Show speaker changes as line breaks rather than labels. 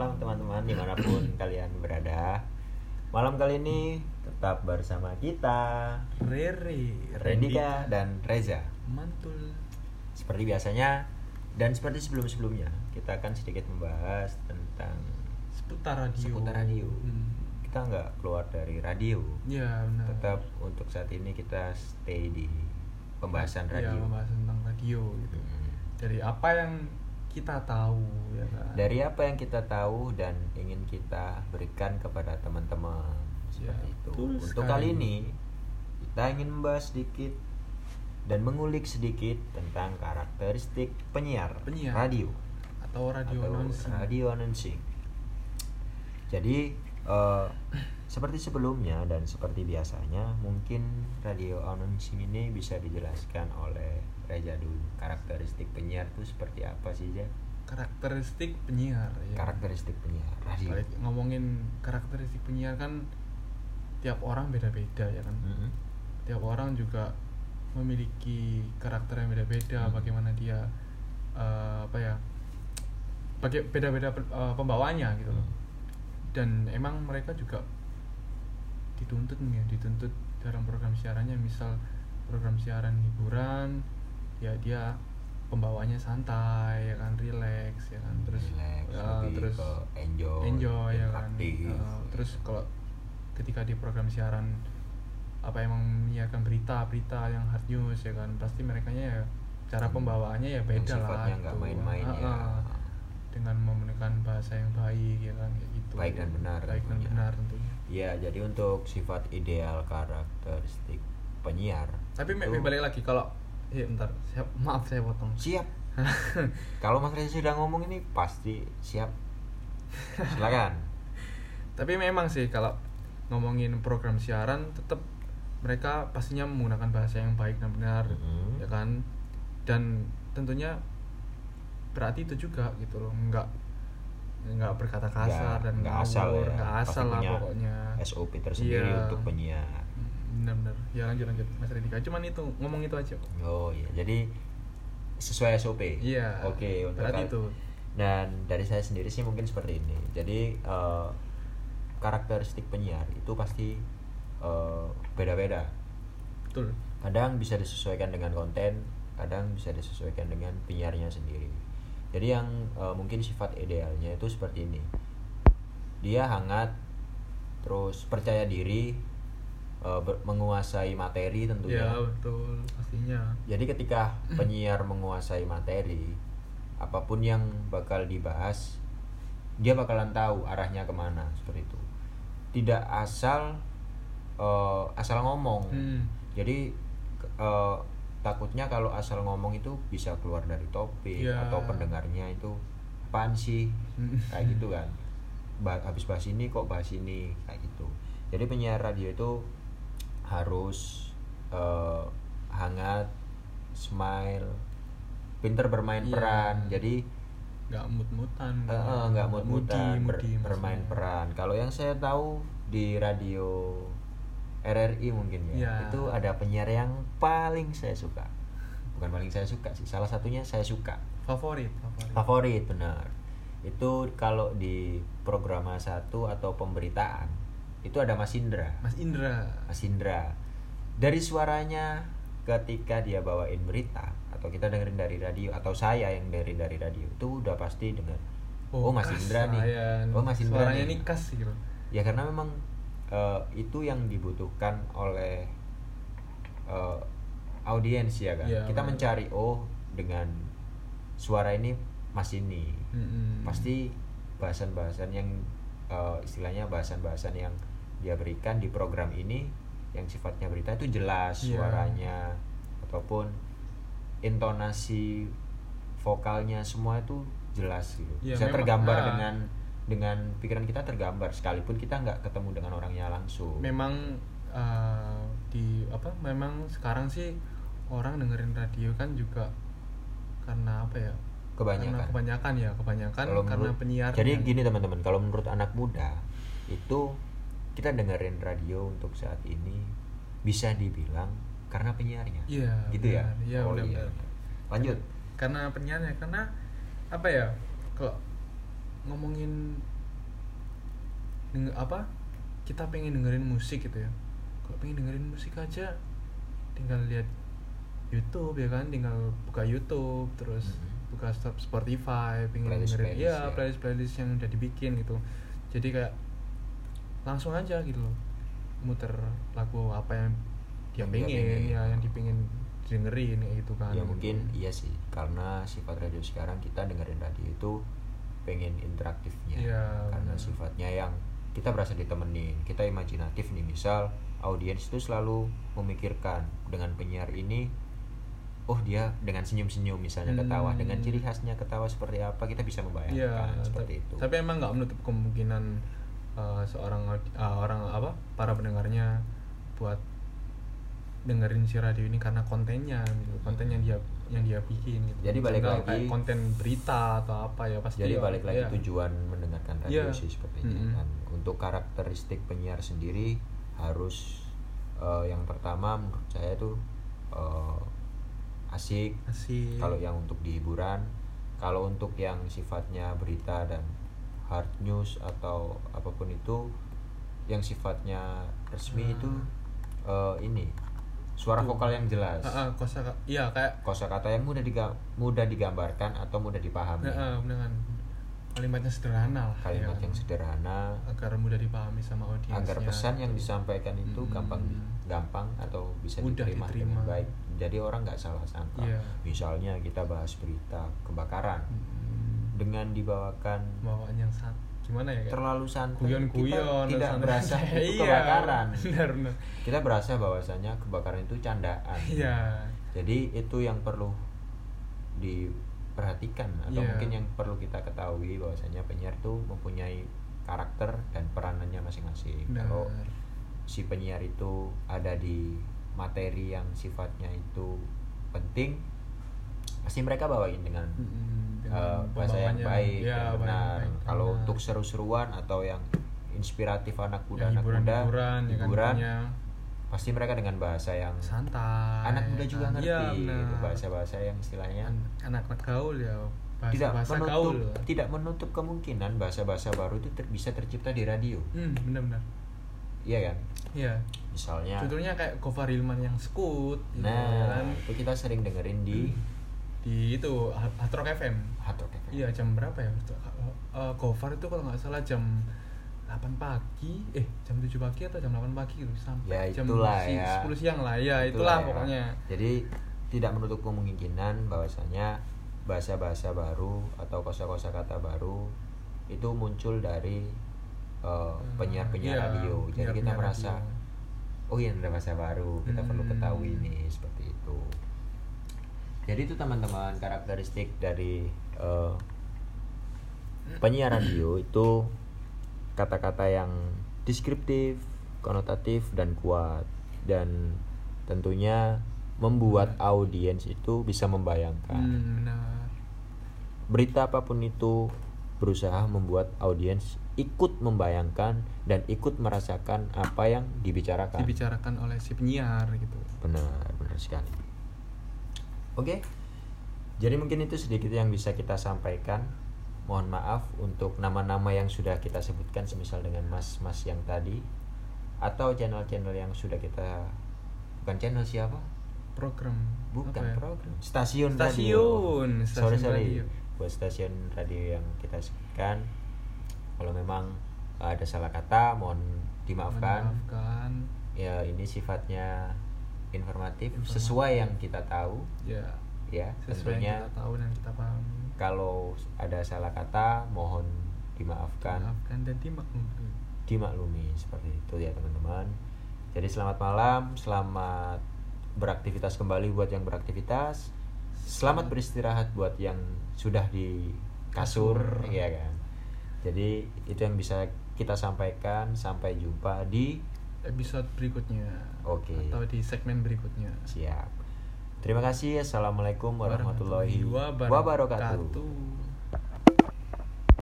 teman-teman dimanapun kalian berada. Malam kali ini tetap bersama kita
Rere,
Rendika dan Reza.
Mantul.
Seperti biasanya dan seperti sebelum-sebelumnya kita akan sedikit membahas tentang
Seputar radio.
seputar radio.
Hmm.
Kita nggak keluar dari radio.
Ya, benar.
Tetap untuk saat ini kita stay di pembahasan
Iya,
radio.
pembahasan tentang radio gitu.
Hmm.
Dari apa yang kita tahu ya kan?
Dari apa yang kita tahu dan ingin kita berikan kepada teman-teman
Ya,
seperti itu.
betul
Untuk
sekali.
kali ini kita ingin membahas sedikit dan mengulik sedikit tentang karakteristik penyiar,
Penyiar.
radio
atau radio
atau
announcing.
radio announcing. Jadi eh, seperti sebelumnya dan seperti biasanya mungkin radio announcing ini bisa dijelaskan oleh Reza dulu. Karakteristik penyiar itu seperti apa sih, Jack?
Karakteristik penyiar ya.
karakteristik penyiar radio.
Balik ngomongin karakteristik penyiar kan tiap orang beda-beda ya kan.
Mm-mm.
tiap orang juga memiliki karakter yang beda-beda
Hmm.
bagaimana dia eh, apa ya baga- beda-beda pe- eh, pembawaannya gitu loh
Hmm.
dan emang mereka juga dituntut nih ya dituntut dalam program siarannya misal program siaran hiburan ya dia pembawaannya santai ya kan relax ya kan terus
Relax,
eh,
lebih
terus
ke enjoy,
enjoy ya kan
interaktif.
Eh, terus kalau ketika di program siaran apa emang menyiarkan berita-berita yang hard news ya kan pasti mereka ya cara
Hmm.
pembawaannya ya
Yang
beda lah
sifatnya nggak
gitu.
main-main
Ah,
ya.
ah. dengan menggunakan bahasa yang baik ya kan kayak gitu
Baik dan benar
baik dan
tentunya.
benar tentunya
Iya, jadi untuk sifat ideal karakteristik penyiar.
tapi me-
itu-
balik lagi kalau ya bentar saya, maaf saya potong
siap. Kalau Mas Reza sudah ngomong ini pasti siap. Silakan.
tapi memang sih kalau ngomongin program siaran tetap mereka pastinya menggunakan bahasa yang baik dan benar
Mhm.
ya kan dan tentunya berarti itu juga gitu loh nggak nggak berkata kasar
Nggak-
dan
nggak asal
ngawur,
ya.
nggak
Pasti
asal lah
punya
pokoknya
SOP tersendiri
Iya.
untuk penyiar.
benar-benar ya lanjut lanjut mas Ridika cuman itu ngomong itu aja kok
Oh iya, jadi sesuai SOP.
Iya.
Oke, untuk
Berarti
kal-
itu.
Dan dari saya sendiri sih mungkin seperti ini. Jadi eh, karakteristik penyiar itu pasti eh, beda-beda.
betul
Kadang bisa disesuaikan dengan konten, kadang bisa disesuaikan dengan penyiarnya sendiri. Jadi yang eh, mungkin sifat idealnya itu seperti ini. Dia hangat, terus percaya diri, eh, ber- menguasai materi tentunya.
ya betul pastinya
Jadi ketika penyiar menguasai materi, apapun yang bakal dibahas, dia bakalan tahu arahnya kemana seperti itu. Tidak asal eh, asal ngomong.
Hmm.
Jadi ke- eh, takutnya kalau asal ngomong itu bisa keluar dari topik
Ya.
atau pendengarnya itu apaan sih
Hmm.
kayak gitu kan. Ba- habis bahas ini kok bahas ini kayak gitu. Jadi penyiar radio itu harus eh, hangat, smile, pinter bermain
Iya.
peran. Jadi
nggak mut-mutan
eh, eh, nggak mau mutan ber-
mudi
bermain
maksudnya.
peran. Kalau yang saya tahu di radio RRI mungkin ya,
Iya.
itu ada penyiar yang paling saya suka. Bukan paling saya suka sih, salah satunya saya suka.
favorit favorit
Favorit benar. Itu kalau di programa satu atau pemberitaan itu ada Mas Indra.
Mas Indra
Mas Indra. Dari suaranya ketika dia bawain berita atau kita dengerin dari radio atau saya yang dengerin dari radio itu udah pasti dengar oh, Mas
khas
Indra nih.
Ryan.
Oh Mas Indra
suaranya
nih.
nih khas gitu
Ya karena memang eh, itu yang dibutuhkan oleh eh, audiens ya kan.
Iya,
kita
benar.
mencari oh dengan suara ini Mas ini
Mm-mm.
pasti bahasan-bahasan yang eh, istilahnya bahasan-bahasan yang dia berikan di program ini yang sifatnya berita itu jelas
Iya.
suaranya ataupun intonasi vokalnya semua itu jelas gitu
Iya,
bisa
memang.
tergambar
Ah.
dengan dengan pikiran kita tergambar sekalipun kita nggak ketemu dengan orangnya langsung
memang eh, di apa memang sekarang sih orang dengerin radio kan juga karena apa ya
Kebanyakan.
karena kebanyakan ya kebanyakan
Kalau
karena
menurut-
penyiar kan.
jadi gini teman-teman kalau menurut anak muda itu kita dengerin radio untuk saat ini bisa dibilang karena penyiarnya
Iya,
gitu ya
benar. Iya,
Oh,
benar,
iya.
benar.
lanjut
karena penyiarnya karena apa ya kalau ngomongin denger, apa kita pengen dengerin musik gitu ya kalau pengen dengerin musik aja tinggal lihat YouTube ya kan tinggal buka YouTube terus
Mhm.
buka stop Spotify pengen
Playlist-
dengerin
playlist
ya
ya.
playlist playlist yang udah dibikin gitu jadi kayak langsung aja gitu loh muter lagu apa yang dia
Yang dia
pengen
pengen.
ya yang dipingin dengerin kayak gitu kan
ya mungkin iya sih karena sifat radio sekarang kita dengerin radio itu pengen interaktifnya
Iya, benar.
karena sifatnya yang kita berasa ditemenin kita imajinatif nih misal audiens itu selalu memikirkan dengan penyiar ini oh dia dengan senyum-senyum misalnya ketawa
Hmm.
dengan ciri khasnya ketawa seperti apa kita bisa membayangkan
Iya,
ya. seperti
ta-
itu
Tapi emang nggak menutup kemungkinan eh, seorang aud- eh, orang apa para pendengarnya buat dengerin si radio ini karena kontennya gitu, konten yang dia yang dia bikin gitu.
Hmm. Jadi balik
Misalkan
lagi-
kayak konten berita atau apa ya pasti.
Jadi
ya,
balik lagi
ya.
tujuan mendengarkan
Iya.
radio sih sepertinya
Mm-mm.
kan. Untuk karakteristik penyiar sendiri harus eh, yang pertama menurut saya tuh eh, asik.
Asik.
Kalau yang untuk di hiburan, kalau untuk yang sifatnya berita dan hard news atau apapun itu yang sifatnya resmi
Hmm.
itu eh, ini suara
Tuh.
vokal yang jelas.
Ah, ah, kosa iya kayak
Kosakata yang mudah diga- mudah digambarkan atau mudah dipahami.
ah, ah, dengan kalimatnya sederhana lah.
Kalimat
ya.
yang sederhana,
agar mudah dipahami sama audiensnya.
agar pesan yang disampaikan itu
Mm-mm.
gampang gampang atau bisa
Mudah
diterima,
diterima.
dengan baik jadi orang nggak salah sangka
Iya. Mm.
misalnya kita bahas berita kebakaran
Mm-mm.
dengan dibawakan
bawaan yang san- gimana ya kayak
terlalu santai
guyon-guyon
kita tidak
santai.
berasa itu
Iya,
kebakaran
benar benar
kita berasa bahwasanya kebakaran itu candaan
iya
jadi itu yang perlu diperhatikan atau
Iya.
mungkin yang perlu kita ketahui bahwasanya penyiar itu mempunyai karakter dan peranannya masing-masing
benar
kalau si penyiar itu ada di materi yang sifatnya itu penting pasti mereka bawain dengan
Mm-mm, dengan
eh, bahasa yang
pembawaannya.
baik
Iya,
yang
bahasa yang
benar
baik,
kalau
benar.
untuk seru-seruan atau yang inspiratif anak muda
Yang
anak muda
hiburan-hiburan, ya kan,
hiburan,
punya
pasti mereka dengan bahasa yang
santai
anak muda juga
kan. Iya,
ngerti
benar.
gitu, bahasa-bahasa yang istilahnya
An- anak-anak gaul ya bahasa
tidak
bahasa
menutup
gaul
tidak menutup kemungkinan bahasa-bahasa baru itu ter- bisa tercipta di radio
hmm benar benar
iya kan
iya
misalnya
contohnya kayak Gofar Hilman yang skut gitu, ya
nah
kan
itu kita sering dengerin di
Hmm. di itu Hard Hard Rock FM
Hard Rock FM.
Iya jam berapa ya? Uh, cover itu kalau nggak salah jam 8 pagi, eh jam 7 pagi atau jam 8 pagi gitu
ya
sampai jam
itulah
si-
ya
10 siang lah ya itulah,
ya.
pokoknya.
jadi tidak menutup kemungkinan bahwasanya bahasa-bahasa baru atau kosa-kosa kata baru itu muncul dari eh,
Hmm,
penyiar-penyiar
iya,
radio jadi
penyiar-penyiar
kita merasa
radio.
oh iya ada bahasa baru kita perlu
Hmm.
ketahui ini seperti itu jadi itu teman-teman karakteristik dari eh, penyiar radio itu kata-kata yang deskriptif, konotatif dan kuat dan tentunya membuat audiens itu bisa membayangkan
Hmm, benar.
berita apapun itu berusaha membuat audiens ikut membayangkan dan ikut merasakan apa yang dibicarakan.
Dibicarakan oleh si penyiar gitu.
Benar, benar sekali. Oke. Jadi mungkin itu sedikit yang bisa kita sampaikan. Mohon maaf untuk nama-nama yang sudah kita sebutkan semisal dengan mas-mas yang tadi atau channel-channel yang sudah kita bukan channel siapa?
Program.
Bukan
apa ya?
program. Stasiun,
Stasiun, stasiun
radio. sorry, sorry.
radio.
Buat stasiun radio yang kita sebutkan kalau memang ada salah kata mohon dimaafkan
Maafkan.
ya ini sifatnya informatif,
Informatif.
sesuai yang kita tahu
Ya.
ya
Sesuai
tentunya
yang kita tahu dan kita pahami.
kalau ada salah kata mohon dimaafkan
Maafkan dan dimaklumi.
dimaklumi seperti itu ya teman-teman jadi selamat malam selamat beraktivitas kembali buat yang beraktivitas selamat beristirahat buat yang sudah di kasur
Kasur.
ya kan jadi itu yang bisa kita sampaikan sampai jumpa di
Episode berikutnya.
Oke.
Atau di segmen berikutnya.
Siap. Terima kasih. Assalamualaikum warahmatullahi, wabarakatuh.
wabarakatuh.